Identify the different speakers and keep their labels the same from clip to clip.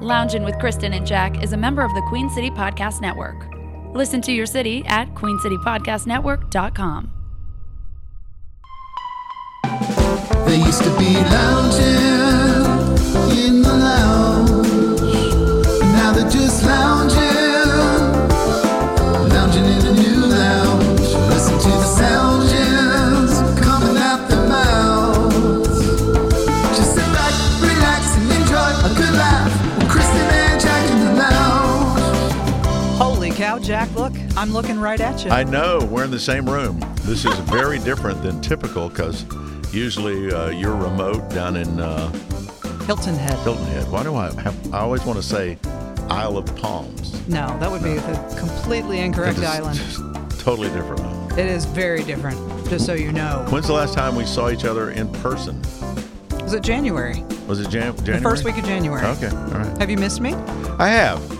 Speaker 1: Lounging with Kristen and Jack is a member of the Queen City Podcast Network. Listen to your city at queencitypodcastnetwork.com.
Speaker 2: They used to be lounging in the lounge. Now they're just lounging, lounging in a new lounge. Listen to the sound jams coming out their mouths. Just sit back, relax, and enjoy a good laugh. with Kristen and Jack in the lounge.
Speaker 3: Holy cow, Jack, look, I'm looking right at you.
Speaker 4: I know we're in the same room. This is very different than typical because usually uh, you're remote down in uh,
Speaker 3: Hilton Head.
Speaker 4: Hilton Head. Why do I have? I always want to say Isle of Palms.
Speaker 3: No, that would be a completely incorrect
Speaker 4: It's
Speaker 3: island.
Speaker 4: just Totally different.
Speaker 3: It is very different, just so you know.
Speaker 4: When's the last time we saw each other in person?
Speaker 3: Was it January?
Speaker 4: Was it Jan- January?
Speaker 3: The first week of January.
Speaker 4: Okay, all right.
Speaker 3: Have you missed me?
Speaker 4: I have.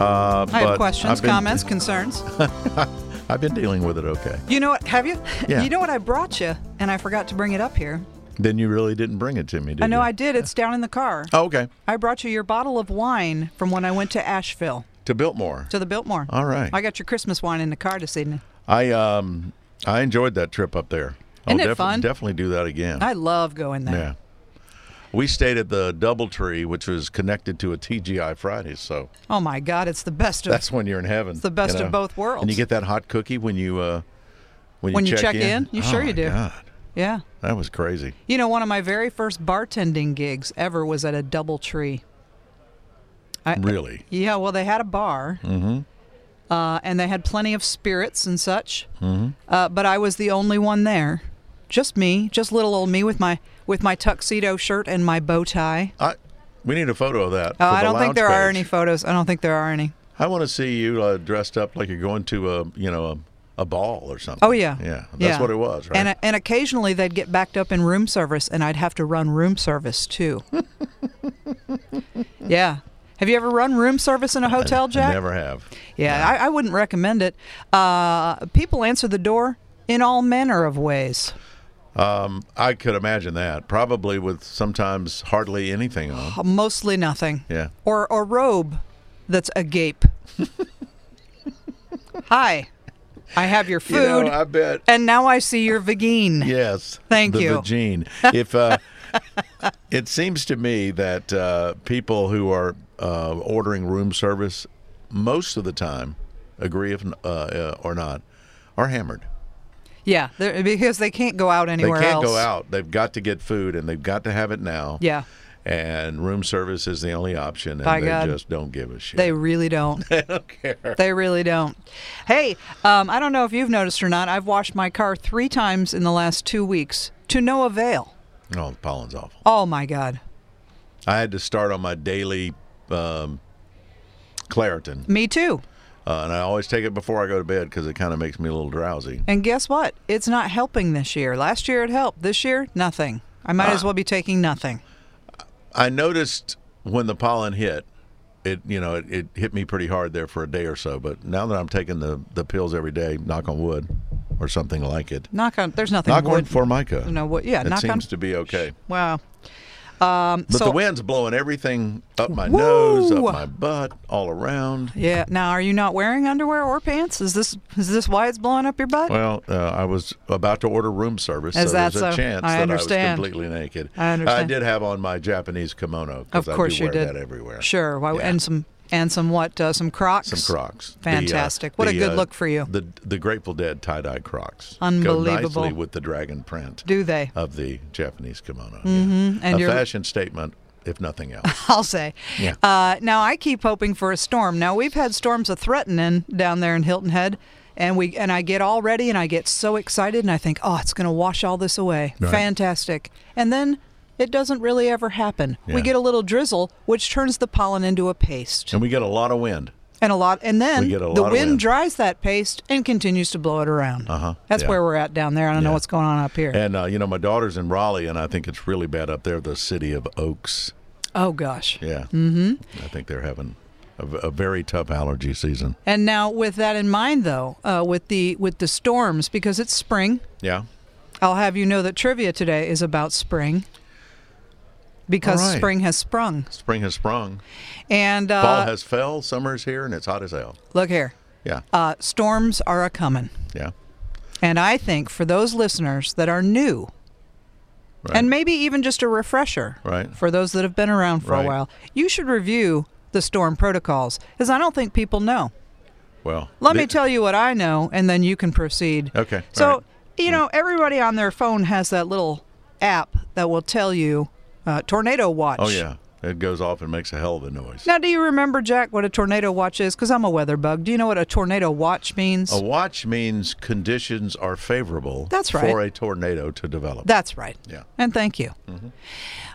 Speaker 4: Uh,
Speaker 3: I
Speaker 4: but
Speaker 3: have questions,
Speaker 4: I've been-
Speaker 3: comments, concerns.
Speaker 4: I've been dealing with it okay.
Speaker 3: You know what? Have you?
Speaker 4: Yeah.
Speaker 3: You know what I brought you, and I forgot to bring it up here.
Speaker 4: Then you really didn't bring it to me, did
Speaker 3: I know
Speaker 4: you?
Speaker 3: I did. It's down in the car.
Speaker 4: Oh, okay.
Speaker 3: I brought you your bottle of wine from when I went to Asheville
Speaker 4: To Biltmore.
Speaker 3: to the Biltmore.
Speaker 4: All right.
Speaker 3: I got your Christmas wine in the car this evening.
Speaker 4: I um I enjoyed that trip up there.
Speaker 3: Isn't
Speaker 4: I'll
Speaker 3: it fun?
Speaker 4: definitely do that again.
Speaker 3: I love going there.
Speaker 4: yeah. We stayed at the DoubleTree, which was connected to a TGI Fridays, so
Speaker 3: Oh my God, it's the best of
Speaker 4: that's when you're in heaven. It's
Speaker 3: the best of both worlds.
Speaker 4: And you get that hot cookie when you uh, when you
Speaker 3: When you check
Speaker 4: check,
Speaker 3: in? You
Speaker 4: Oh,
Speaker 3: sure you
Speaker 4: my
Speaker 3: do.
Speaker 4: God,
Speaker 3: yeah.
Speaker 4: that was crazy.
Speaker 3: You know, one of my very first bartending gigs ever was at a Double Tree. I,
Speaker 4: Really,
Speaker 3: Yeah, well, they had a bar, mm-hmm. uh, and they had plenty of spirits and such. Mm-hmm. Uh, but I was the only one there, just me, just little old me with my with my tuxedo shirt and my bow tie.
Speaker 4: I we need a photo of that.
Speaker 3: Uh,
Speaker 4: for
Speaker 3: I
Speaker 4: the
Speaker 3: don't think
Speaker 4: lounge
Speaker 3: there are
Speaker 4: page.
Speaker 3: any photos. I don't think there are any.
Speaker 4: I want to see you uh, dressed up like you're going to a you know a, a ball or something.
Speaker 3: Oh yeah,
Speaker 4: yeah, that's what it was, right?
Speaker 3: And and occasionally they'd get backed up in room service, and I'd have to run room service too. yeah. Have you ever run room service in a hotel, Jack?
Speaker 4: I never have.
Speaker 3: Yeah, I, I wouldn't recommend it. Uh, people answer the door in all manner of ways.
Speaker 4: Um, I could imagine that. Probably with sometimes hardly anything on.
Speaker 3: Mostly nothing.
Speaker 4: Yeah.
Speaker 3: Or a robe that's agape. Hi, I have your food,
Speaker 4: You know, I bet.
Speaker 3: and now I see your vagine.
Speaker 4: Yes.
Speaker 3: Thank
Speaker 4: the
Speaker 3: you.
Speaker 4: Vagine. If uh, it seems to me that uh, people who are uh, ordering room service most of the time, agree if n- uh, uh, or not, are hammered.
Speaker 3: Yeah, they're- because they can't go out
Speaker 4: They
Speaker 3: anywhere
Speaker 4: can't
Speaker 3: else.
Speaker 4: go out. They've got to get food, and they've got to have it now.
Speaker 3: Yeah,
Speaker 4: And room service is the only option, and
Speaker 3: By
Speaker 4: they
Speaker 3: God.
Speaker 4: just don't give a shit.
Speaker 3: they really don't.
Speaker 4: They don't care.
Speaker 3: They really don't. Hey, um, I don't know if you've noticed or not. I've washed my car three times in the last two weeks to no avail.
Speaker 4: Oh, the pollen's awful.
Speaker 3: Oh my God.
Speaker 4: I had to start on my daily um, Claritin,
Speaker 3: Me too.
Speaker 4: uh, and I always take it before I go to bed because it kind of makes me a little drowsy.
Speaker 3: And guess what? It's not helping this year. Last year it helped. This year, nothing. I might
Speaker 4: Ah.
Speaker 3: as well be taking nothing.
Speaker 4: I noticed when the pollen hit, it you know it, it hit me pretty hard there for a day or so. But now that I'm taking the the pills every day, knock on wood, or something like it,
Speaker 3: Knock on. There's nothing.
Speaker 4: knock on
Speaker 3: wood.
Speaker 4: formica.
Speaker 3: No, what- yeah,
Speaker 4: it
Speaker 3: knock on-
Speaker 4: seems to be okay.
Speaker 3: Wow. Um,
Speaker 4: But
Speaker 3: so,
Speaker 4: the wind's blowing everything up my
Speaker 3: Woo!
Speaker 4: nose, up my butt, all around.
Speaker 3: yeah. Now, are you not wearing underwear or pants? Is this is this why it's blowing up your butt?
Speaker 4: Well, uh, I was about to order room service,
Speaker 3: Is
Speaker 4: so there's
Speaker 3: that
Speaker 4: a
Speaker 3: so?
Speaker 4: chance
Speaker 3: I
Speaker 4: that
Speaker 3: understand.
Speaker 4: I was completely naked.
Speaker 3: I understand.
Speaker 4: did have on my Japanese kimono
Speaker 3: of
Speaker 4: because I
Speaker 3: course
Speaker 4: do
Speaker 3: you
Speaker 4: wear
Speaker 3: did.
Speaker 4: that everywhere.
Speaker 3: Sure. Why,
Speaker 4: Yeah.
Speaker 3: And some and some what? Uh, some Crocs.
Speaker 4: Some Crocs. The, uh,
Speaker 3: Fantastic. What a
Speaker 4: the,
Speaker 3: good
Speaker 4: uh,
Speaker 3: look for you.
Speaker 4: The the Grateful Dead tie dye Crocs. Go
Speaker 3: Unbelievable.
Speaker 4: nicely with the dragon print
Speaker 3: Do they?
Speaker 4: of the Japanese kimono. yeah.
Speaker 3: And
Speaker 4: a
Speaker 3: you're-
Speaker 4: fashion statement, if nothing else.
Speaker 3: I'll say.
Speaker 4: Yeah.
Speaker 3: Uh, now I keep hoping for a storm. Now we've had storms a threatening down there in Hilton Head, and we and I get all ready and I get so excited and I think, oh, it's going to wash all this away.
Speaker 4: Right.
Speaker 3: Fantastic. And then it doesn't really ever happen.
Speaker 4: Yeah.
Speaker 3: We get a little drizzle, which turns the pollen into a paste,
Speaker 4: and we get a lot of wind.
Speaker 3: and a lot. And then
Speaker 4: We get a lot
Speaker 3: the
Speaker 4: of
Speaker 3: wind,
Speaker 4: wind.
Speaker 3: dries that paste and continues to blow it around.
Speaker 4: Uh-huh.
Speaker 3: That's
Speaker 4: Yeah.
Speaker 3: where we're at down there. I don't know
Speaker 4: Yeah.
Speaker 3: what's going on up here.
Speaker 4: And uh, you know, my daughter's in Raleigh, and I think it's really bad up there. The city of Oaks.
Speaker 3: oh gosh.
Speaker 4: Yeah. Mm-hmm. I think they're having a, a very tough allergy season.
Speaker 3: And now, with that in mind, though, uh, with the with the storms, because it's spring,
Speaker 4: Yeah.
Speaker 3: I'll have you know that trivia today is about spring. because
Speaker 4: All right.
Speaker 3: spring has sprung.
Speaker 4: Spring has sprung.
Speaker 3: And uh,
Speaker 4: Fall has fell. Summer's here, and it's hot as hell.
Speaker 3: look here,
Speaker 4: Yeah.
Speaker 3: uh, storms are a coming.
Speaker 4: Yeah.
Speaker 3: And I think for those listeners that are new,
Speaker 4: Right.
Speaker 3: and maybe even just a refresher
Speaker 4: Right.
Speaker 3: for those that have been around for
Speaker 4: Right.
Speaker 3: a while, you should review the storm protocols, because I don't think people know.
Speaker 4: well,
Speaker 3: Let me
Speaker 4: the-
Speaker 3: tell you what I know, and then you can proceed.
Speaker 4: Okay, all
Speaker 3: So,
Speaker 4: right.
Speaker 3: you know, everybody on their phone has that little app that will tell you uh, tornado watch.
Speaker 4: Oh yeah, it goes off and makes a hell of a noise.
Speaker 3: Now, do you remember, Jack, what a tornado watch is? Because I'm a weather bug. Do you know what a tornado watch means?
Speaker 4: A watch means conditions are favorable.
Speaker 3: That's right.
Speaker 4: For a tornado to develop.
Speaker 3: That's right.
Speaker 4: Yeah. Mm-hmm.
Speaker 3: And thank you.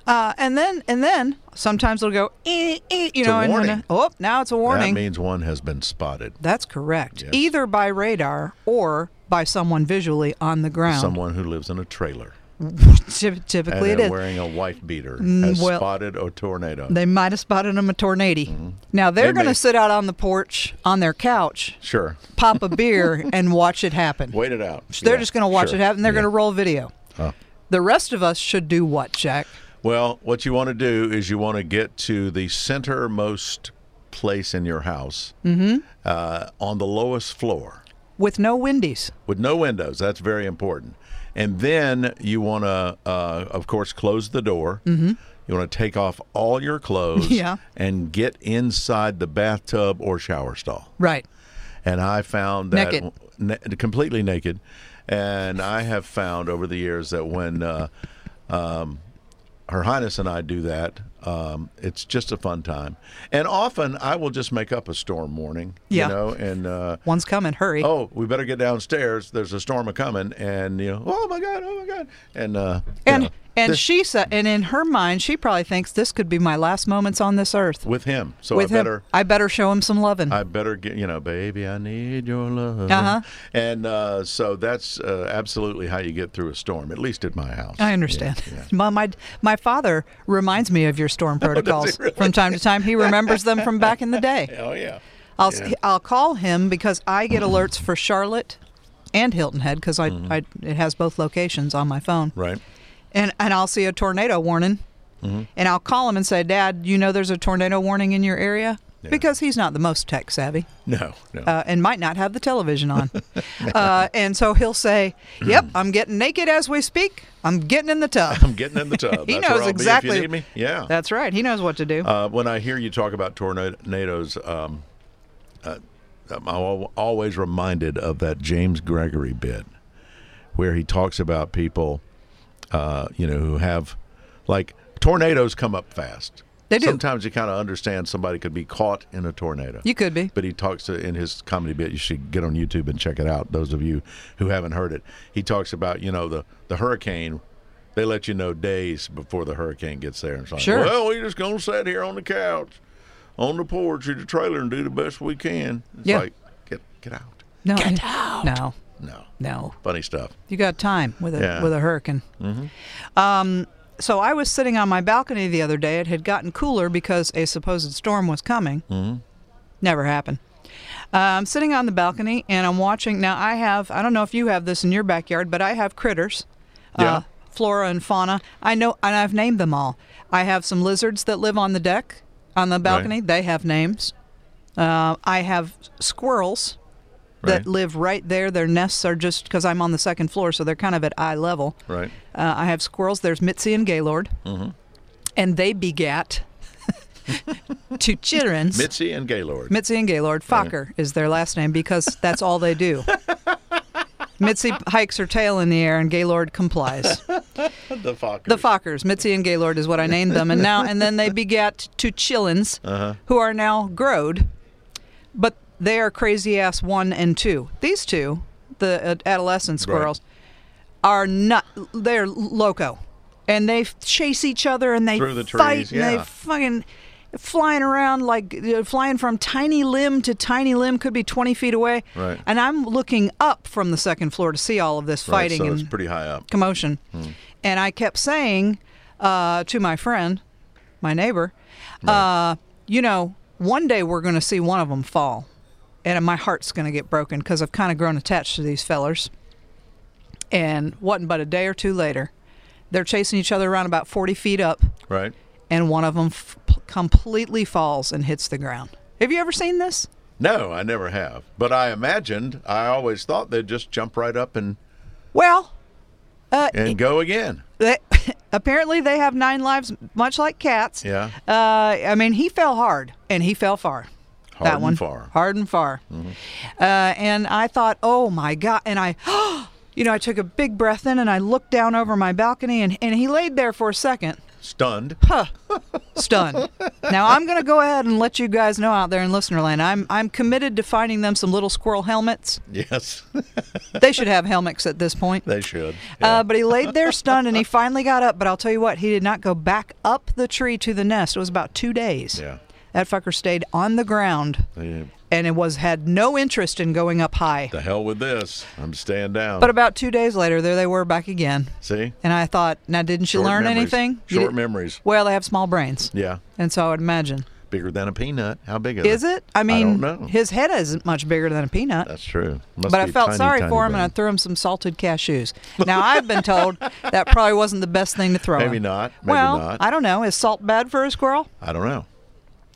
Speaker 3: Uh, and then, and then sometimes it'll go, eh, eh, you
Speaker 4: It's a
Speaker 3: know, and when
Speaker 4: warning.
Speaker 3: it- oh, now it's a warning.
Speaker 4: That means one has been spotted.
Speaker 3: That's correct.
Speaker 4: Yes.
Speaker 3: Either by radar or by someone visually on the ground.
Speaker 4: Someone who lives in a trailer
Speaker 3: Typ-
Speaker 4: and
Speaker 3: Typically, it
Speaker 4: uh,
Speaker 3: is. Mm,
Speaker 4: wearing a wife beater has
Speaker 3: well-
Speaker 4: spotted a tornado.
Speaker 3: They might have spotted him a tornado. Now they're
Speaker 4: Mm-hmm. They
Speaker 3: going
Speaker 4: may.
Speaker 3: to sit out on the porch on their couch,
Speaker 4: sure.
Speaker 3: pop a beer, and watch it happen.
Speaker 4: Wait it out.
Speaker 3: So they're
Speaker 4: Yeah,
Speaker 3: just going to watch
Speaker 4: sure.
Speaker 3: it happen. They're
Speaker 4: Yeah. Oh.
Speaker 3: going to roll video.
Speaker 4: Huh.
Speaker 3: The rest of us should do what, Jack?
Speaker 4: Well, what you want to do is you want to get to the centermost place in your house uh, on the lowest floor
Speaker 3: With no windies.
Speaker 4: with no windows. That's very important. And then you want to, uh, of course, close the door. Mm-hmm. You want to take off all your clothes
Speaker 3: Yeah.
Speaker 4: and get inside the bathtub or shower stall.
Speaker 3: Right.
Speaker 4: And I found that
Speaker 3: Naked.
Speaker 4: ne- completely naked. And I have found over the years that when uh, um, Her Highness and I do that, um, it's just a fun time. And often I will just make up a storm warning,
Speaker 3: Yeah.
Speaker 4: you know, and uh,
Speaker 3: One's coming. Hurry.
Speaker 4: oh, we better get downstairs. There's a storm a coming, and you know, oh my god, oh my god, and uh, you
Speaker 3: and
Speaker 4: know,
Speaker 3: and
Speaker 4: this-
Speaker 3: she said, and in her mind, she probably thinks this could be my last moments on this earth
Speaker 4: with him. So
Speaker 3: with
Speaker 4: I
Speaker 3: him.
Speaker 4: better.
Speaker 3: I better show him some loving.
Speaker 4: I better get, you know, baby, I need your love.
Speaker 3: Uh-huh.
Speaker 4: And uh, so that's uh, absolutely how you get through a storm, at least at my house.
Speaker 3: I understand.
Speaker 4: Yeah, Oh, yeah.
Speaker 3: My, my my father reminds me of your storm protocols from time to time. He remembers them from back in the day.
Speaker 4: Oh, yeah.
Speaker 3: I'll
Speaker 4: Yeah.
Speaker 3: I'll call him because I get alerts for Charlotte and Hilton Head because I,
Speaker 4: Mm-hmm.
Speaker 3: I it has both locations on my phone.
Speaker 4: Right.
Speaker 3: And and I'll see a tornado warning,
Speaker 4: Mm-hmm.
Speaker 3: and I'll call him and say, Dad, you know there's a tornado warning in your area
Speaker 4: Yeah.
Speaker 3: because he's not the most tech savvy
Speaker 4: No, no.
Speaker 3: uh, and might not have the television on. uh, and so he'll say,
Speaker 4: Hmm.
Speaker 3: Yep, I'm getting naked as we speak. I'm getting in the tub.
Speaker 4: I'm getting in the tub.
Speaker 3: he
Speaker 4: that's
Speaker 3: knows
Speaker 4: where I'll Be
Speaker 3: exactly-
Speaker 4: if you need me. Yeah.
Speaker 3: That's right. He knows what to do.
Speaker 4: Uh, when I hear you talk about tornadoes, um, uh, I'm al- always reminded of that James Gregory bit where he talks about people, uh, you know, who have like tornadoes come up fast.
Speaker 3: They do.
Speaker 4: Sometimes you kind of understand somebody could be caught in a tornado.
Speaker 3: you could be.
Speaker 4: but he talks to, in his comedy bit. You should get on YouTube and check it out. Those of you who haven't heard it, he talks about you know the the hurricane. They let you know days before the hurricane gets there, and it's like,
Speaker 3: Sure.
Speaker 4: well, we just gonna sit here on the couch, on the porch, or the trailer, and do the best we can. It's
Speaker 3: Yeah.
Speaker 4: like get get out.
Speaker 3: No, it- No,
Speaker 4: No,
Speaker 3: no.
Speaker 4: funny stuff.
Speaker 3: You got time with a
Speaker 4: Yeah. Mm-hmm.
Speaker 3: with a hurricane. Um, so I was sitting on my balcony the other day. It had gotten cooler because a supposed storm was coming. Mm-hmm. Never happened. Uh, I'm sitting on the balcony and I'm watching. Now I have I don't know if you have this in your backyard, but I have critters, uh,
Speaker 4: Yeah.
Speaker 3: flora and fauna. I know and I've named them all. I have some lizards that live on the deck on the balcony. They have names. Uh, I have squirrels
Speaker 4: Right,
Speaker 3: that live right there. Their nests are just because I'm on the second floor, so they're kind of at eye level.
Speaker 4: right.
Speaker 3: Uh, I have squirrels. There's Mitzi and Gaylord, and they begat two children.
Speaker 4: Mitzi and Gaylord.
Speaker 3: Mitzi and Gaylord. Fokker is their last name because that's all they do. Mitzi hikes her tail in the air, and Gaylord complies.
Speaker 4: the Fokker.
Speaker 3: The Fockers, Mitzi and Gaylord, is what I named them, and now and then they begat two chillins,
Speaker 4: Uh-huh.
Speaker 3: who are now growed, but they are crazy ass one and two. These two, the uh, adolescent squirrels, are not. They're loco, and they f- chase each other and they
Speaker 4: Through the
Speaker 3: fight
Speaker 4: trees,
Speaker 3: and they
Speaker 4: yeah.
Speaker 3: fucking flying around like uh, flying from tiny limb to tiny limb could be 20 feet away
Speaker 4: Right.
Speaker 3: and i'm looking up from the second floor to see all of this
Speaker 4: Right,
Speaker 3: fighting
Speaker 4: so
Speaker 3: and
Speaker 4: it's pretty high up.
Speaker 3: commotion. And I kept saying uh, to my friend, my neighbor, uh, you know, one day we're going to see one of them fall. And my heart's going to get broken because I've kind of grown attached to these fellers. And wasn't but a day or two later, they're chasing each other around about 40 feet up
Speaker 4: Right.
Speaker 3: and one of them f- completely falls and hits the ground. Have you ever seen this?
Speaker 4: No, I never have. But I imagined, I always thought they'd just jump right up and,
Speaker 3: Well, uh,
Speaker 4: and go again.
Speaker 3: they, apparently they have nine lives, much like cats.
Speaker 4: Yeah.
Speaker 3: Uh, I mean, he fell hard and he fell far.
Speaker 4: Hard
Speaker 3: that
Speaker 4: and
Speaker 3: one.
Speaker 4: far. Mm-hmm.
Speaker 3: Hard and far. Uh, and I thought, oh my God. And I, you know, I took a big breath in and I looked down over my balcony and, and he laid there for a second.
Speaker 4: Stunned.
Speaker 3: stunned. now I'm going to go ahead and let you guys know out there in listener land. I'm I'm committed to finding them some little squirrel helmets.
Speaker 4: Yes,
Speaker 3: They should have helmets at this point.
Speaker 4: they should.
Speaker 3: Uh, but he laid there stunned, and he finally got up. But I'll tell you what, he did not go back up the tree to the nest. It was about two days.
Speaker 4: Yeah.
Speaker 3: That fucker stayed on the ground,
Speaker 4: Yeah.
Speaker 3: and it was had no interest in going up high.
Speaker 4: The hell with this. I'm staying down.
Speaker 3: But about two days later, there they were back again.
Speaker 4: See?
Speaker 3: And I thought, now didn't you
Speaker 4: Short
Speaker 3: learn
Speaker 4: memories.
Speaker 3: anything? You
Speaker 4: Short
Speaker 3: did-
Speaker 4: memories.
Speaker 3: Well, they have small brains,
Speaker 4: Yeah.
Speaker 3: and so I would imagine.
Speaker 4: Bigger than a peanut. How big
Speaker 3: Is it? I mean,
Speaker 4: don't know.
Speaker 3: his head isn't much bigger than a peanut.
Speaker 4: That's true. Must
Speaker 3: but I
Speaker 4: be
Speaker 3: felt
Speaker 4: tiny,
Speaker 3: sorry
Speaker 4: tiny
Speaker 3: for him, and I
Speaker 4: brain.
Speaker 3: threw him some salted cashews. Now I've been told that probably wasn't the best thing to throw.
Speaker 4: Maybe
Speaker 3: him.
Speaker 4: not. Maybe
Speaker 3: well,
Speaker 4: not.
Speaker 3: I don't know. Is salt bad for a squirrel?
Speaker 4: I don't know.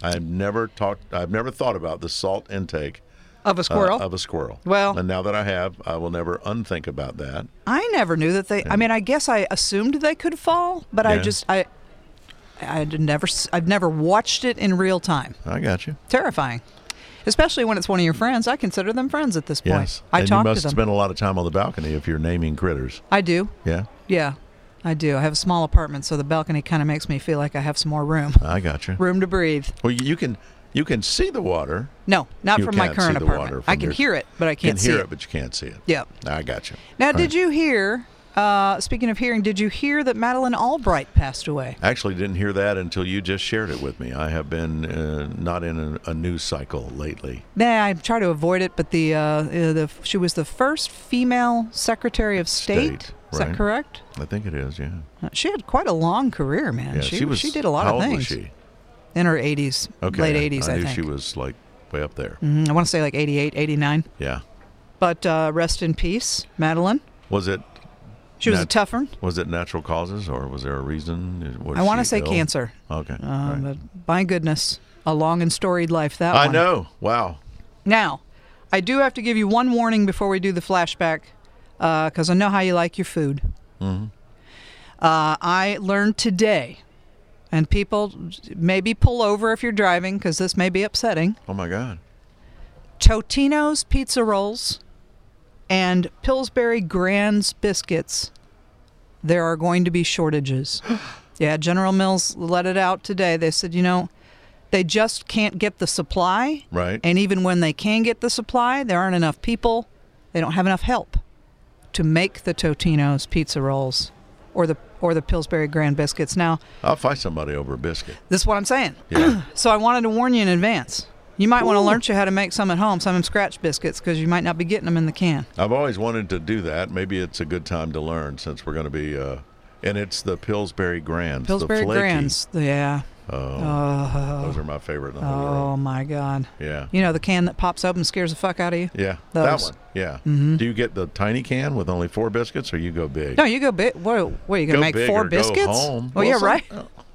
Speaker 4: I've never talked. I've never thought about the salt intake
Speaker 3: Of a
Speaker 4: uh,
Speaker 3: squirrel?
Speaker 4: of a squirrel.
Speaker 3: Well-
Speaker 4: and now that I have, I will never unthink about that.
Speaker 3: I never knew that they. I mean, I guess I assumed they could fall, but I
Speaker 4: Yeah.
Speaker 3: just I I never s- I've never watched it in real time.
Speaker 4: I got you.
Speaker 3: Terrifying, especially when it's one of your friends. I consider them friends at this point.
Speaker 4: Yes,
Speaker 3: I
Speaker 4: and
Speaker 3: talk
Speaker 4: you must
Speaker 3: to them.
Speaker 4: spend a lot of time on the balcony if you're naming critters.
Speaker 3: I do.
Speaker 4: Yeah,
Speaker 3: Yeah, I do. I have a small apartment, so the balcony kind of makes me feel like I have some more room,
Speaker 4: I got you.
Speaker 3: room to breathe.
Speaker 4: Well, you can you can see the water.
Speaker 3: No, not
Speaker 4: You
Speaker 3: from my
Speaker 4: can't
Speaker 3: current
Speaker 4: see the
Speaker 3: apartment.
Speaker 4: water
Speaker 3: I
Speaker 4: from
Speaker 3: can
Speaker 4: your-
Speaker 3: hear it, but I
Speaker 4: You
Speaker 3: can't
Speaker 4: can
Speaker 3: see
Speaker 4: hear
Speaker 3: it.
Speaker 4: it, but you can't see it.
Speaker 3: Yep.
Speaker 4: I got you.
Speaker 3: Now,
Speaker 4: All
Speaker 3: did
Speaker 4: right.
Speaker 3: you hear? Uh, speaking of hearing, did you hear that Madeline Albright passed away?
Speaker 4: Actually, didn't hear that until you just shared it with me. I have been uh, not in a, a news cycle lately.
Speaker 3: Nah, I try to avoid it, but the uh, uh, the she was the first female Secretary of State.
Speaker 4: State,
Speaker 3: Is
Speaker 4: right.
Speaker 3: that correct?
Speaker 4: I think it is. Yeah.
Speaker 3: Uh, She had quite a long career, man.
Speaker 4: Yeah.
Speaker 3: she,
Speaker 4: was.
Speaker 3: she did a lot
Speaker 4: how
Speaker 3: of
Speaker 4: old
Speaker 3: things
Speaker 4: Was she?
Speaker 3: in her 80s,
Speaker 4: Okay.
Speaker 3: late 80s, I,
Speaker 4: knew
Speaker 3: think.
Speaker 4: she was like way up there.
Speaker 3: Mm, I want to say like 88, 89.
Speaker 4: Yeah.
Speaker 3: But uh, rest in peace, Madeline.
Speaker 4: Was it
Speaker 3: She was a
Speaker 4: Nat-
Speaker 3: tough one.
Speaker 4: was it natural causes or was there a reason? Was
Speaker 3: I want to
Speaker 4: she
Speaker 3: say
Speaker 4: ill?
Speaker 3: cancer.
Speaker 4: Okay.
Speaker 3: Uh,
Speaker 4: all right.
Speaker 3: But my goodness, a long and storied life that
Speaker 4: I
Speaker 3: one.
Speaker 4: know. Wow.
Speaker 3: Now, I do have to give you one warning before we do the flashback, because I know how you like your food. Uh, I learned today, and people maybe pull over if you're driving, because this may be upsetting.
Speaker 4: Oh my God.
Speaker 3: Totino's pizza rolls and Pillsbury Grand's biscuits, there are going to be shortages. yeah, General Mills let it out today. They said, you know, they just can't get the supply.
Speaker 4: Right.
Speaker 3: And even when they can get the supply, there aren't enough people. They don't have enough help to make the Totino's pizza rolls or the or the Pillsbury Grand biscuits. Now,
Speaker 4: I'll fight somebody over a biscuit.
Speaker 3: this is what I'm saying.
Speaker 4: Yeah.
Speaker 3: so I wanted to warn you in advance. You might want to learn you how to make some at home, some in scratch biscuits, because you might not be getting them in the can.
Speaker 4: I've always wanted to do that. Maybe it's a good time to learn since we're going to be. Uh, and it's the Pillsbury Grands.
Speaker 3: Pillsbury
Speaker 4: the flaky.
Speaker 3: Grands, yeah.
Speaker 4: Oh,
Speaker 3: Oh,
Speaker 4: those are my favorite in the whole
Speaker 3: oh
Speaker 4: world.
Speaker 3: my God!
Speaker 4: Yeah.
Speaker 3: You know the can that pops open scares the fuck out of you.
Speaker 4: Yeah. That
Speaker 3: Those.
Speaker 4: one. Yeah. Do you get the tiny can with only four biscuits or you go big?
Speaker 3: Mm-hmm. No, you go big. What, what are you gonna
Speaker 4: Go
Speaker 3: make
Speaker 4: big
Speaker 3: four
Speaker 4: or go
Speaker 3: biscuits?
Speaker 4: home.
Speaker 3: Well,
Speaker 4: Well,
Speaker 3: yeah,
Speaker 4: some- uh
Speaker 3: right.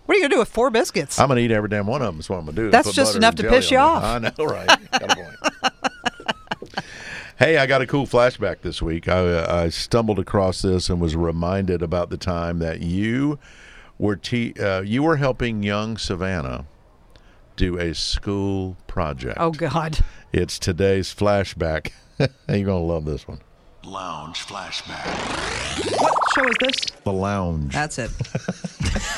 Speaker 3: What are you gonna do with four biscuits?
Speaker 4: I'm gonna eat every damn one of them. Is what I'm gonna do.
Speaker 3: That's
Speaker 4: Put
Speaker 3: just
Speaker 4: butter
Speaker 3: enough
Speaker 4: and
Speaker 3: to
Speaker 4: jelly
Speaker 3: piss you
Speaker 4: on it. I know, right? Got a point. hey, I got a cool flashback this week. I, I stumbled across this and was reminded about the time that you were te- uh, you were helping young Savannah do a school project.
Speaker 3: oh God!
Speaker 4: It's today's flashback. You're gonna love this one.
Speaker 2: Lounge flashback.
Speaker 3: What show is this?
Speaker 4: The lounge.
Speaker 3: That's it.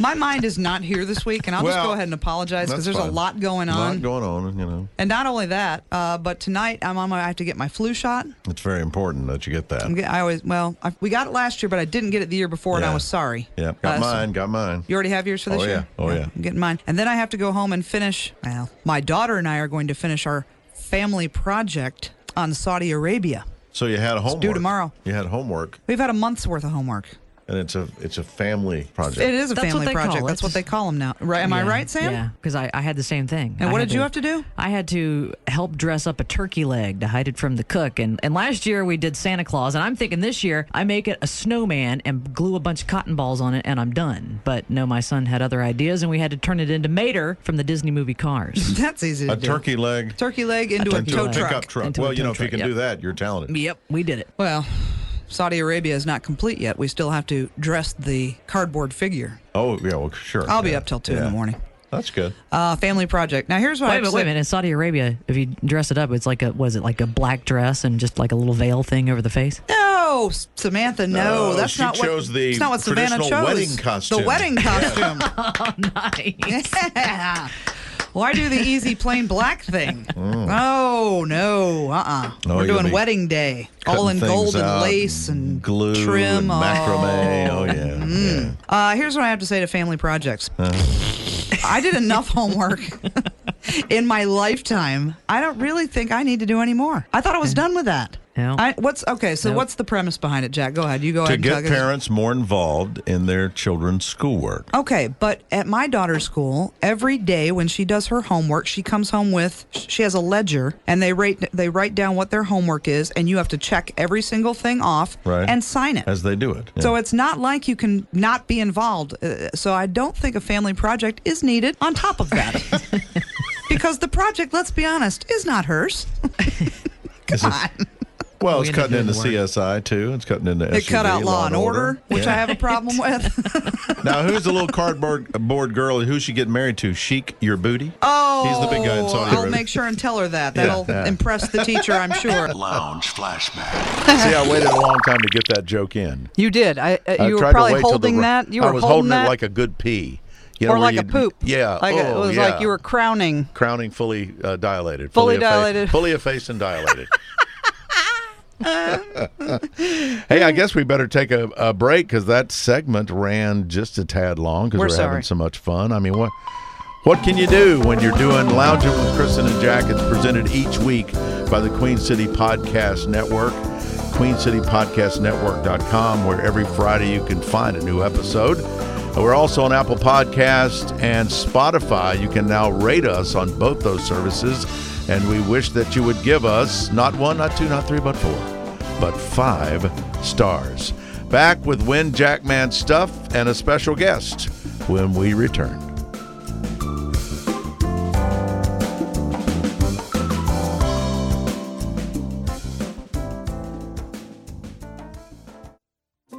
Speaker 3: My mind is not here this week, and I'll just
Speaker 4: Well,
Speaker 3: go ahead and apologize
Speaker 4: That's
Speaker 3: because there's a
Speaker 4: fine.
Speaker 3: lot going
Speaker 4: A
Speaker 3: on.
Speaker 4: lot going on. You know,
Speaker 3: And not only that, uh, but tonight I'm on my. I have to get my flu shot.
Speaker 4: it's very important that you get that.
Speaker 3: I'm get, I always well, I, we got it last year, but I didn't get it the year before, and
Speaker 4: Yeah.
Speaker 3: I was sorry.
Speaker 4: Yeah, got
Speaker 3: Uh, so-
Speaker 4: mine. Got mine.
Speaker 3: you already have yours for this
Speaker 4: Oh, yeah.
Speaker 3: year.
Speaker 4: Oh, yeah.
Speaker 3: I'm getting mine, and then I have to go home and finish. Well, my daughter and I are going to finish our family project on Saudi Arabia.
Speaker 4: So you had homework.
Speaker 3: tomorrow.
Speaker 4: You had homework.
Speaker 3: We've had a month's worth of homework.
Speaker 4: and it's a it's a family project.
Speaker 3: It is a
Speaker 5: That's what
Speaker 3: family
Speaker 5: they call
Speaker 3: project.
Speaker 5: it.
Speaker 3: That's what they call them now. Right? Am I
Speaker 5: Yeah,
Speaker 3: right, Sam?
Speaker 5: Yeah, because I, I had the same thing.
Speaker 3: And
Speaker 5: I
Speaker 3: what
Speaker 5: had
Speaker 3: did you have to do?
Speaker 5: I had to help dress up a turkey leg to hide it from the cook. And, and last year we did Santa Claus, and I'm thinking this year I make it a snowman and glue a bunch of cotton balls on it, and I'm done. But no, my son had other ideas, and we had to turn it into Mater from the Disney movie Cars.
Speaker 3: That's easy to
Speaker 4: a
Speaker 3: do.
Speaker 4: turkey leg
Speaker 3: Turkey leg into a
Speaker 4: into
Speaker 3: tow
Speaker 4: a
Speaker 3: truck.
Speaker 4: pickup truck.
Speaker 5: Into a
Speaker 4: well, you
Speaker 5: tow
Speaker 4: know, if you
Speaker 5: truck,
Speaker 4: can
Speaker 5: yep.
Speaker 4: do that, you're talented.
Speaker 5: yep, we did it.
Speaker 3: Well, Saudi Arabia is not complete yet. We still have to dress the cardboard figure.
Speaker 4: Oh yeah, well sure.
Speaker 3: I'll be
Speaker 4: yeah,
Speaker 3: up till two in
Speaker 4: yeah.
Speaker 3: the morning.
Speaker 4: That's good.
Speaker 3: Uh, family project. Now here's what
Speaker 5: Wait
Speaker 3: I
Speaker 5: a minute,
Speaker 3: said.
Speaker 5: wait a minute. In Saudi Arabia, if you dress it up, it's like a was it like a black dress and just like a little veil thing over the face?
Speaker 3: No, S- Samantha. No,
Speaker 4: No,
Speaker 3: that's
Speaker 4: she
Speaker 3: not
Speaker 4: chose
Speaker 3: what.
Speaker 4: the
Speaker 3: that's not what Savannah
Speaker 4: traditional
Speaker 3: chose.
Speaker 4: wedding costume.
Speaker 3: The wedding costume.
Speaker 5: Nice.
Speaker 3: yeah. Why do the easy plain black thing? Oh no, uh uh-uh.
Speaker 4: Oh,
Speaker 3: uh. we are
Speaker 4: you'll
Speaker 3: doing
Speaker 4: be
Speaker 3: wedding day, all in
Speaker 4: Cutting
Speaker 3: gold
Speaker 4: things
Speaker 3: and
Speaker 4: out,
Speaker 3: lace and
Speaker 4: glue
Speaker 3: trim.
Speaker 4: and
Speaker 3: oh.
Speaker 4: macrame. Oh, yeah, yeah.
Speaker 3: Uh, here's what I have to say to family projects.
Speaker 4: Uh.
Speaker 3: I did enough homework in my lifetime. I don't really think I need to do any more. I thought I was done with that.
Speaker 5: No.
Speaker 3: I, what's okay? So
Speaker 5: Nope.
Speaker 3: what's the premise behind it, Jack? Go ahead. You go
Speaker 4: To
Speaker 3: ahead. and
Speaker 4: get
Speaker 3: tell us.
Speaker 4: parents more involved in their children's schoolwork.
Speaker 3: Okay, but at my daughter's school, every day when she does her homework, she comes home with she has a ledger and they rate they write down what their homework is and you have to check every single thing off
Speaker 4: Right.
Speaker 3: and sign it.
Speaker 4: As they do it.
Speaker 3: So
Speaker 4: Yeah.
Speaker 3: it's not like you can not be involved. Uh, so I don't think a family project is needed on top of that. because the project, let's be honest, is not hers.
Speaker 4: This is- Well, it's
Speaker 5: We end up
Speaker 4: cutting into
Speaker 5: doing work.
Speaker 4: CSI too. It's cutting into
Speaker 3: It cut
Speaker 4: SUV,
Speaker 3: out Law and Order, which I
Speaker 4: Yeah.
Speaker 3: have a problem with.
Speaker 4: now, who's the little cardboard board girl? Who she get married to? Sheik your booty.
Speaker 3: Oh,
Speaker 4: he's the big guy in Saudi
Speaker 3: I'll
Speaker 4: Arabia.
Speaker 3: make sure and tell her that. That'll
Speaker 4: yeah.
Speaker 3: impress the teacher, I'm sure.
Speaker 2: Lounge flashback.
Speaker 4: See, I waited a long time to get that joke in.
Speaker 3: You did. I, uh,
Speaker 4: I
Speaker 3: you were
Speaker 4: tried to
Speaker 3: probably
Speaker 4: wait till the
Speaker 3: holding
Speaker 4: ri-
Speaker 3: that. You
Speaker 4: I
Speaker 3: were
Speaker 4: was
Speaker 3: holding
Speaker 4: holding,
Speaker 3: that,
Speaker 4: it like a good pee. You know,
Speaker 3: or
Speaker 4: where
Speaker 3: like a
Speaker 4: you'd-
Speaker 3: poop.
Speaker 4: Yeah.
Speaker 3: like a- it
Speaker 4: oh,
Speaker 3: was
Speaker 4: yeah.
Speaker 3: like you were crowning.
Speaker 4: crowning fully uh, dilated.
Speaker 3: Fully
Speaker 4: effa-
Speaker 3: dilated.
Speaker 4: fully effaced and dilated. hey, I guess we better take a, a break because that segment ran just a tad long because
Speaker 3: We're
Speaker 4: we're,
Speaker 3: sorry.
Speaker 4: having so much fun. I mean, what what can you do when you're doing lounging with Kristen and Jack? It's presented each week by the Queen City Podcast Network. QueenCityPodcastNetwork.com, where every Friday you can find a new episode. And We're also on Apple Podcasts and Spotify. You can now rate us on both those services. And we wish that you would give us not one, not two, not three, but four but five stars. Back with Win Jackman Stuff and a special guest when we return.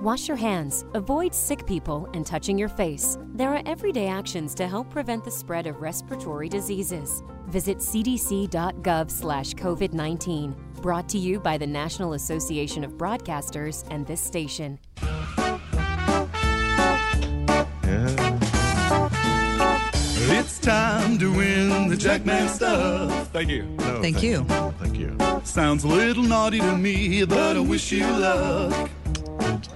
Speaker 6: Wash your hands, avoid sick people, and touching your face. There are everyday actions to help prevent the spread of respiratory diseases. Visit cdc.gov slash COVID-19. Brought to you by the National Association of Broadcasters and this station.
Speaker 7: It's time to win the Jackman stuff. Thank you.
Speaker 3: Thank you.
Speaker 4: Oh, Thank you.
Speaker 7: Sounds a little naughty to me, but I wish you luck.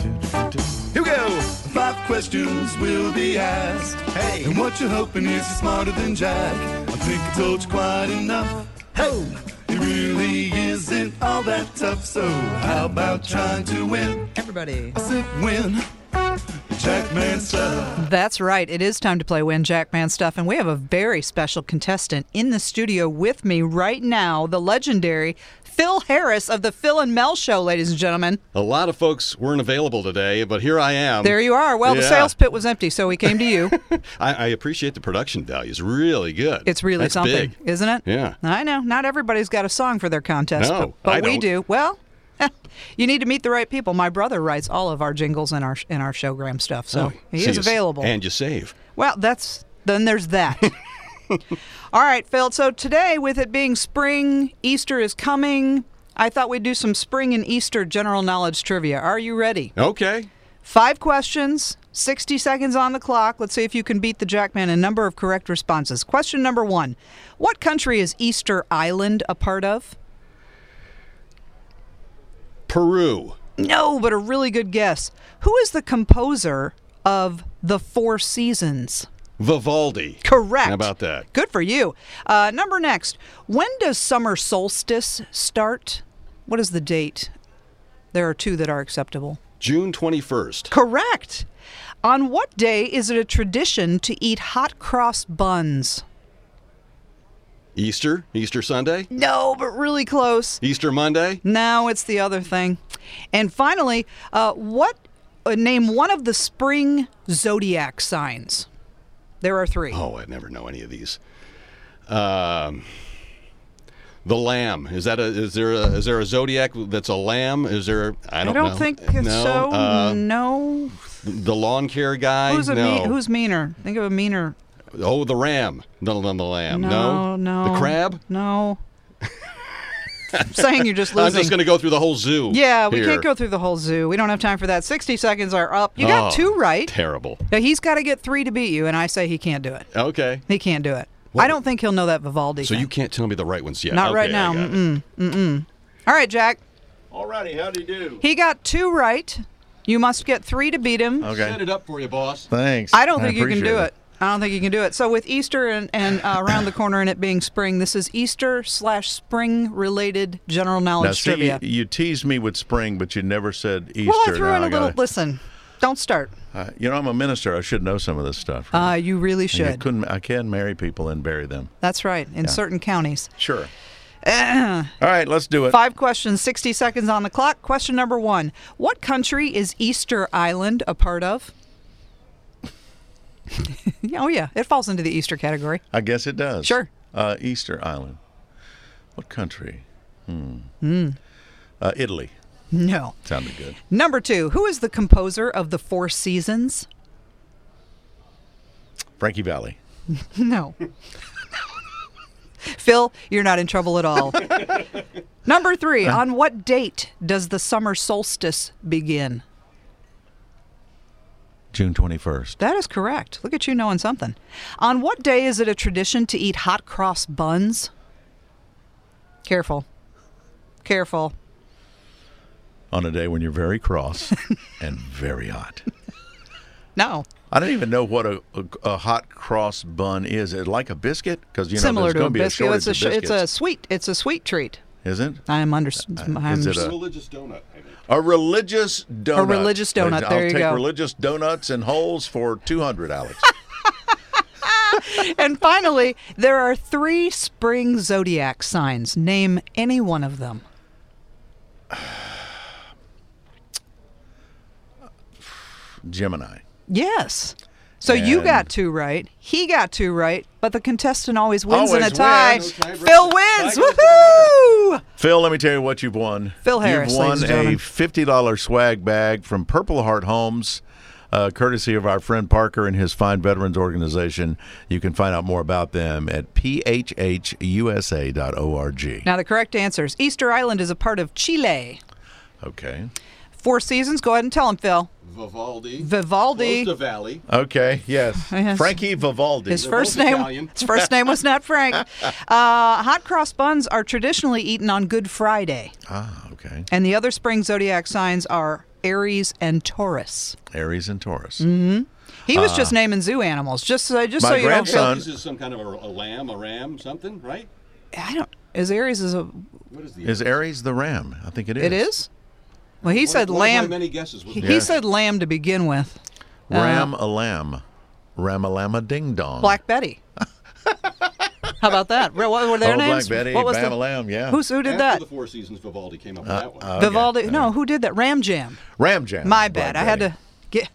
Speaker 7: Here we go. Five questions will be asked. Hey. And what you're hoping is you're smarter than Jack. I think I told you quite enough. Ho! It really isn't all that tough, so how about trying to win?
Speaker 3: Everybody.
Speaker 7: I said win. Jackman stuff.
Speaker 3: That's right. It is time to play Win Jackman Stuff, and we have a very special contestant in the studio with me right now, the legendary Phil Harris of the Phil and Mel Show, ladies and gentlemen.
Speaker 8: A lot of folks weren't available today, but here I am.
Speaker 3: There you are. Well, the
Speaker 8: Yeah.
Speaker 3: sales pit was empty, so we came to you.
Speaker 8: I, I appreciate the production value. It's really good.
Speaker 3: It's really
Speaker 8: That's
Speaker 3: something,
Speaker 8: Big.
Speaker 3: isn't it?
Speaker 8: Yeah.
Speaker 3: I know. Not everybody's got a song for their contest,
Speaker 8: No,
Speaker 3: but, but
Speaker 8: I
Speaker 3: we
Speaker 8: don't.
Speaker 3: do. Well, you need to meet the right people. My brother writes all of our jingles and our and our showgram stuff, so
Speaker 8: Oh,
Speaker 3: he
Speaker 8: see,
Speaker 3: is
Speaker 8: you s-
Speaker 3: available.
Speaker 8: And you save.
Speaker 3: Well, that's then there's that. All right, Phil. So today, with it being spring, Easter is coming. I thought we'd do some spring and Easter general knowledge trivia. Are you ready?
Speaker 8: Okay.
Speaker 3: Five questions, 60 seconds on the clock. Let's see if you can beat the Jackman in number of correct responses. Question number one What country is Easter Island a part of?
Speaker 8: Peru.
Speaker 3: No, but a really good guess. Who is the composer of The Four Seasons?
Speaker 8: Vivaldi.
Speaker 3: Correct.
Speaker 8: How about that?
Speaker 3: Good for you. Uh, number next. When does summer solstice start? What is the date? There are two that are acceptable.
Speaker 8: June 21st.
Speaker 3: Correct. On what day is it a tradition to eat hot cross buns?
Speaker 8: Easter? Easter Sunday?
Speaker 3: No, but really close.
Speaker 8: Easter Monday?
Speaker 3: No, it's the other thing. And finally, uh, what uh, name one of the spring zodiac signs? There are three.
Speaker 8: Oh, I never know any of these. Um, the lamb is that a is there a is there a zodiac that's a lamb? Is there? I
Speaker 3: I
Speaker 8: don't,
Speaker 3: don't
Speaker 8: know.
Speaker 3: think it's
Speaker 8: no.
Speaker 3: so.
Speaker 8: Uh,
Speaker 3: no.
Speaker 8: the lawn care guy.
Speaker 3: Who's a
Speaker 8: no.
Speaker 3: mean, who's meaner? Think of a meaner.
Speaker 8: oh the ram? No, Um, no, the lamb.
Speaker 3: No, no.
Speaker 8: The crab.
Speaker 3: No. I'm saying you're just losing.
Speaker 8: I'm just going to go through the whole zoo.
Speaker 3: yeah, we
Speaker 8: here.
Speaker 3: can't go through the whole zoo. We don't have time for that. 60 seconds are up. You got
Speaker 8: Oh,
Speaker 3: two right.
Speaker 8: Terrible.
Speaker 3: Now he's got to get three to beat you, and I say he can't do it.
Speaker 8: Okay.
Speaker 3: He can't do it. I don't think he'll know that Vivaldi.
Speaker 8: So
Speaker 3: thing.
Speaker 8: you can't tell me the right ones yet.
Speaker 3: Not
Speaker 8: Okay,
Speaker 3: right
Speaker 8: I
Speaker 3: now.
Speaker 8: got it.
Speaker 3: Mm-mm. All right, Jack.
Speaker 4: All righty, how'd he do?
Speaker 3: He got two right. You must get three to beat him.
Speaker 8: Set
Speaker 4: Okay.
Speaker 8: it up for you, boss.
Speaker 4: Thanks.
Speaker 3: I don't think you can
Speaker 4: appreciate
Speaker 3: do it. I don't think you can do it. So with Easter and, and uh, around the corner and it being spring, this is Easter slash spring related general knowledge
Speaker 4: Now, see, you,
Speaker 3: trivia.
Speaker 4: you teased me with spring, but you never said Easter.
Speaker 3: well, I threw
Speaker 4: Now
Speaker 3: in a
Speaker 4: I gotta-
Speaker 3: little. Listen, don't start.
Speaker 4: Uh, you know, I'm a minister. I should know some of this stuff.
Speaker 3: Uh, you really
Speaker 4: And you
Speaker 3: should.
Speaker 4: couldn't, I can marry people and bury them.
Speaker 3: That's right. In certain counties.
Speaker 4: Sure. All right, let's do it.
Speaker 3: Five questions, 60 seconds on the clock. Question number one What country is Easter Island a part of? Yeah, oh, yeah. It falls into the Easter category.
Speaker 4: I guess it does.
Speaker 3: Sure.
Speaker 4: Uh, Easter Island. What country? Hmm. Uh, Italy.
Speaker 3: No.
Speaker 4: Sounded good.
Speaker 3: Number two Who is the composer of the Four Seasons?
Speaker 4: Frankie Valley.
Speaker 3: No. Phil, you're not in trouble at all. Number three On what date does the summer solstice begin?
Speaker 4: June 21st.
Speaker 3: That is correct. Look at you knowing something. On what day is it a tradition to eat hot cross buns? Careful. Careful.
Speaker 4: On a day when you're very cross and very hot.
Speaker 3: No.
Speaker 4: I don't even know what a, a, a hot cross bun is. Is it like a biscuit? Because, you know,
Speaker 3: Similar
Speaker 4: there's
Speaker 3: to
Speaker 4: going
Speaker 3: a
Speaker 4: be a
Speaker 3: biscuit.
Speaker 4: shortage
Speaker 3: it's a sh-
Speaker 4: of
Speaker 3: it's a
Speaker 4: biscuits.
Speaker 3: sweet it's a sweet treat.
Speaker 4: Isn't?
Speaker 3: I'm under I'm
Speaker 4: is it a-
Speaker 8: Religious donut. I think.
Speaker 4: A religious donut.
Speaker 3: religious donut,
Speaker 4: I'll
Speaker 3: there you
Speaker 4: take
Speaker 3: go.
Speaker 4: religious donuts and holes for 200, Alex.
Speaker 3: And finally, there are 3 spring zodiac signs. Name any one of them.
Speaker 4: Gemini.
Speaker 3: Yes. So you
Speaker 4: And-
Speaker 3: got two right. He got two right, but the contestant always wins in a
Speaker 4: Always
Speaker 3: tie.
Speaker 4: wins.
Speaker 8: No tiebreaker.
Speaker 3: Phil wins.
Speaker 8: Tie goes to
Speaker 3: Woohoo!
Speaker 4: Phil, let me tell you what you've won.
Speaker 3: Phil Harris,
Speaker 4: You've won
Speaker 3: ladies and gentlemen.
Speaker 4: a $50 swag bag from Purple Heart Homes, uh, courtesy of our friend Parker and his fine veterans organization. You can find out more about them at phhusa.org.
Speaker 3: Now the correct answer is Easter Island is a part of Chile.
Speaker 4: Okay.
Speaker 3: Four Seasons. Go ahead and tell him, Phil.
Speaker 8: Vivaldi.
Speaker 3: Vivaldi.
Speaker 8: Close to Valley.
Speaker 4: Okay. Yes.
Speaker 3: Yes.
Speaker 4: Frankie Vivaldi.
Speaker 3: His first
Speaker 8: both
Speaker 3: name.
Speaker 8: Italian.
Speaker 3: His first name was not Frank. Uh, hot cross buns are traditionally eaten on Good Friday,
Speaker 4: ah, okay.
Speaker 3: and the other spring zodiac signs are Aries and Taurus.
Speaker 4: Aries and Taurus.
Speaker 3: Mm. He was just naming zoo animals. Just so, just
Speaker 4: Ah. My
Speaker 3: so you
Speaker 4: grandson-
Speaker 3: know,
Speaker 4: Son.
Speaker 8: This is some kind of a, a lamb, a ram, something, right?
Speaker 3: Phil. I don't. Is Aries is a?
Speaker 8: What is the?
Speaker 4: Is Aries the ram? I think it is.
Speaker 3: It is. Well, he
Speaker 8: One-
Speaker 3: said
Speaker 8: one of my
Speaker 3: lamb.
Speaker 8: many guesses was
Speaker 3: he, he
Speaker 4: Yes.
Speaker 3: said lamb to begin with.
Speaker 4: Ram a lamb. Ram a lamb a ding dong.
Speaker 3: Black Betty. How about that? What were their
Speaker 4: oh,
Speaker 3: names?
Speaker 4: Black Betty,
Speaker 3: what was
Speaker 4: Bam
Speaker 3: the,
Speaker 4: a lamb, yeah. Oh,
Speaker 3: Who's who did that?
Speaker 8: After the Four Seasons, Vivaldi came up with that one.
Speaker 3: Vivaldi. No, who did that? Ram Jam.
Speaker 4: Ram Jam.
Speaker 3: My
Speaker 4: Oh, Black
Speaker 3: bad. I had
Speaker 4: Betty.
Speaker 3: to get.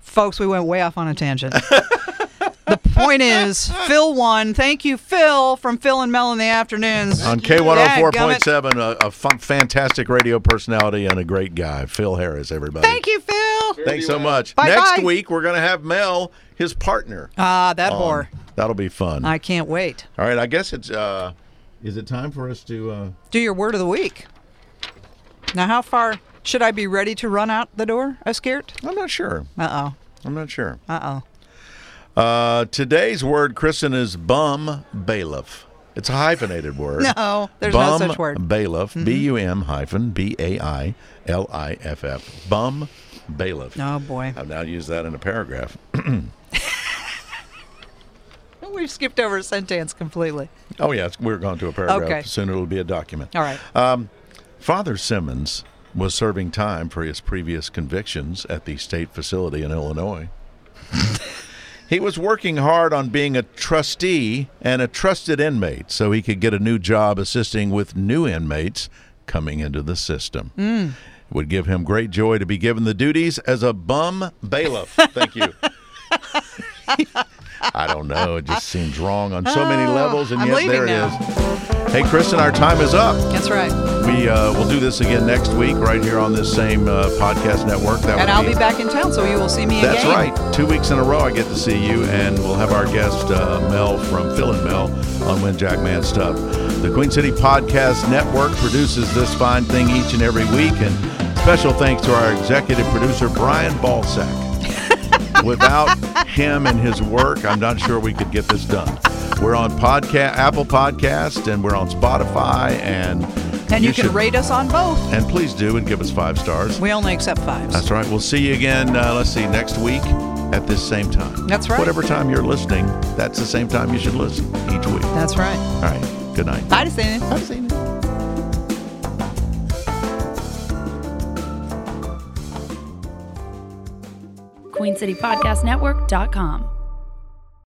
Speaker 3: Folks, we went way off on a tangent. the point is, Phil won. Thank you, Phil, from Phil and Mel in the afternoons.
Speaker 4: On K104.7, a, a fun, fantastic radio personality and a great guy, Phil Harris, everybody.
Speaker 3: Thank you, Phil.
Speaker 4: Thanks so much.
Speaker 3: Bye-bye.
Speaker 4: Next week, we're going to have Mel, his partner.
Speaker 3: Ah, that whore.
Speaker 4: That'll be fun.
Speaker 3: I can't wait.
Speaker 4: All right, I guess it's. Uh, is it time for us to. Uh,
Speaker 3: Do your word of the week. Now, how far should I be ready to run out the door? I scared.
Speaker 4: I'm not sure.
Speaker 3: Uh
Speaker 4: I'm not sure.
Speaker 3: oh. Uh oh.
Speaker 4: Uh, today's word, Kristen, is bum bailiff. It's a hyphenated word.
Speaker 3: No, there's no
Speaker 4: bum
Speaker 3: such word. Mm-hmm.
Speaker 4: Bailiff, B U M hyphen B A I L I F F. Bum bailiff.
Speaker 3: Oh boy.
Speaker 4: I've now used that in a paragraph.
Speaker 3: We've skipped over a sentence completely.
Speaker 4: Oh, yeah, it's, we're going to a paragraph.
Speaker 3: Okay.
Speaker 4: Soon it'll be a document.
Speaker 3: All right.
Speaker 4: Um, Father Simmons was serving time for his previous convictions at the state facility in Illinois. he was working hard on being a trustee and a trusted inmate so he could get a new job assisting with new inmates coming into the system. It would give him great joy to be given the duties as a bum bailiff. Thank you. I don't know. It just seems wrong on so many levels, and
Speaker 3: Oh, I'm
Speaker 4: yet
Speaker 3: leaving
Speaker 4: there it
Speaker 3: now.
Speaker 4: is. Hey, Kristen, our time is up.
Speaker 3: That's right.
Speaker 4: We uh, will do this again next week, right here on this same uh, podcast network. That
Speaker 3: And
Speaker 4: would
Speaker 3: I'll be back in town, so you will see me
Speaker 4: That's
Speaker 3: again.
Speaker 4: right. Two weeks in a row, I get to see you, and we'll have our guest uh, Mel from Phil and Mel on When Jack Man Stuff. The Queen City Podcast Network produces this fine thing each and every week, and special thanks to our executive producer Brian Balsack. Without him and his work, I'm not sure we could get this done. We're on podcast, Apple Podcast, and we're on Spotify, and
Speaker 3: And you, can
Speaker 4: should-
Speaker 3: rate us on both.
Speaker 4: and please do and give us five stars.
Speaker 3: We only accept fives.
Speaker 4: That's right. We'll see you again. Uh, let's see next week at this same time.
Speaker 3: That's right.
Speaker 4: Whatever time you're listening, that's the same time you should listen each week. All
Speaker 3: That's right.
Speaker 4: right. Good night.
Speaker 3: I just saying.
Speaker 4: I've seen it.
Speaker 1: QueenCityPodcastNetwork.com.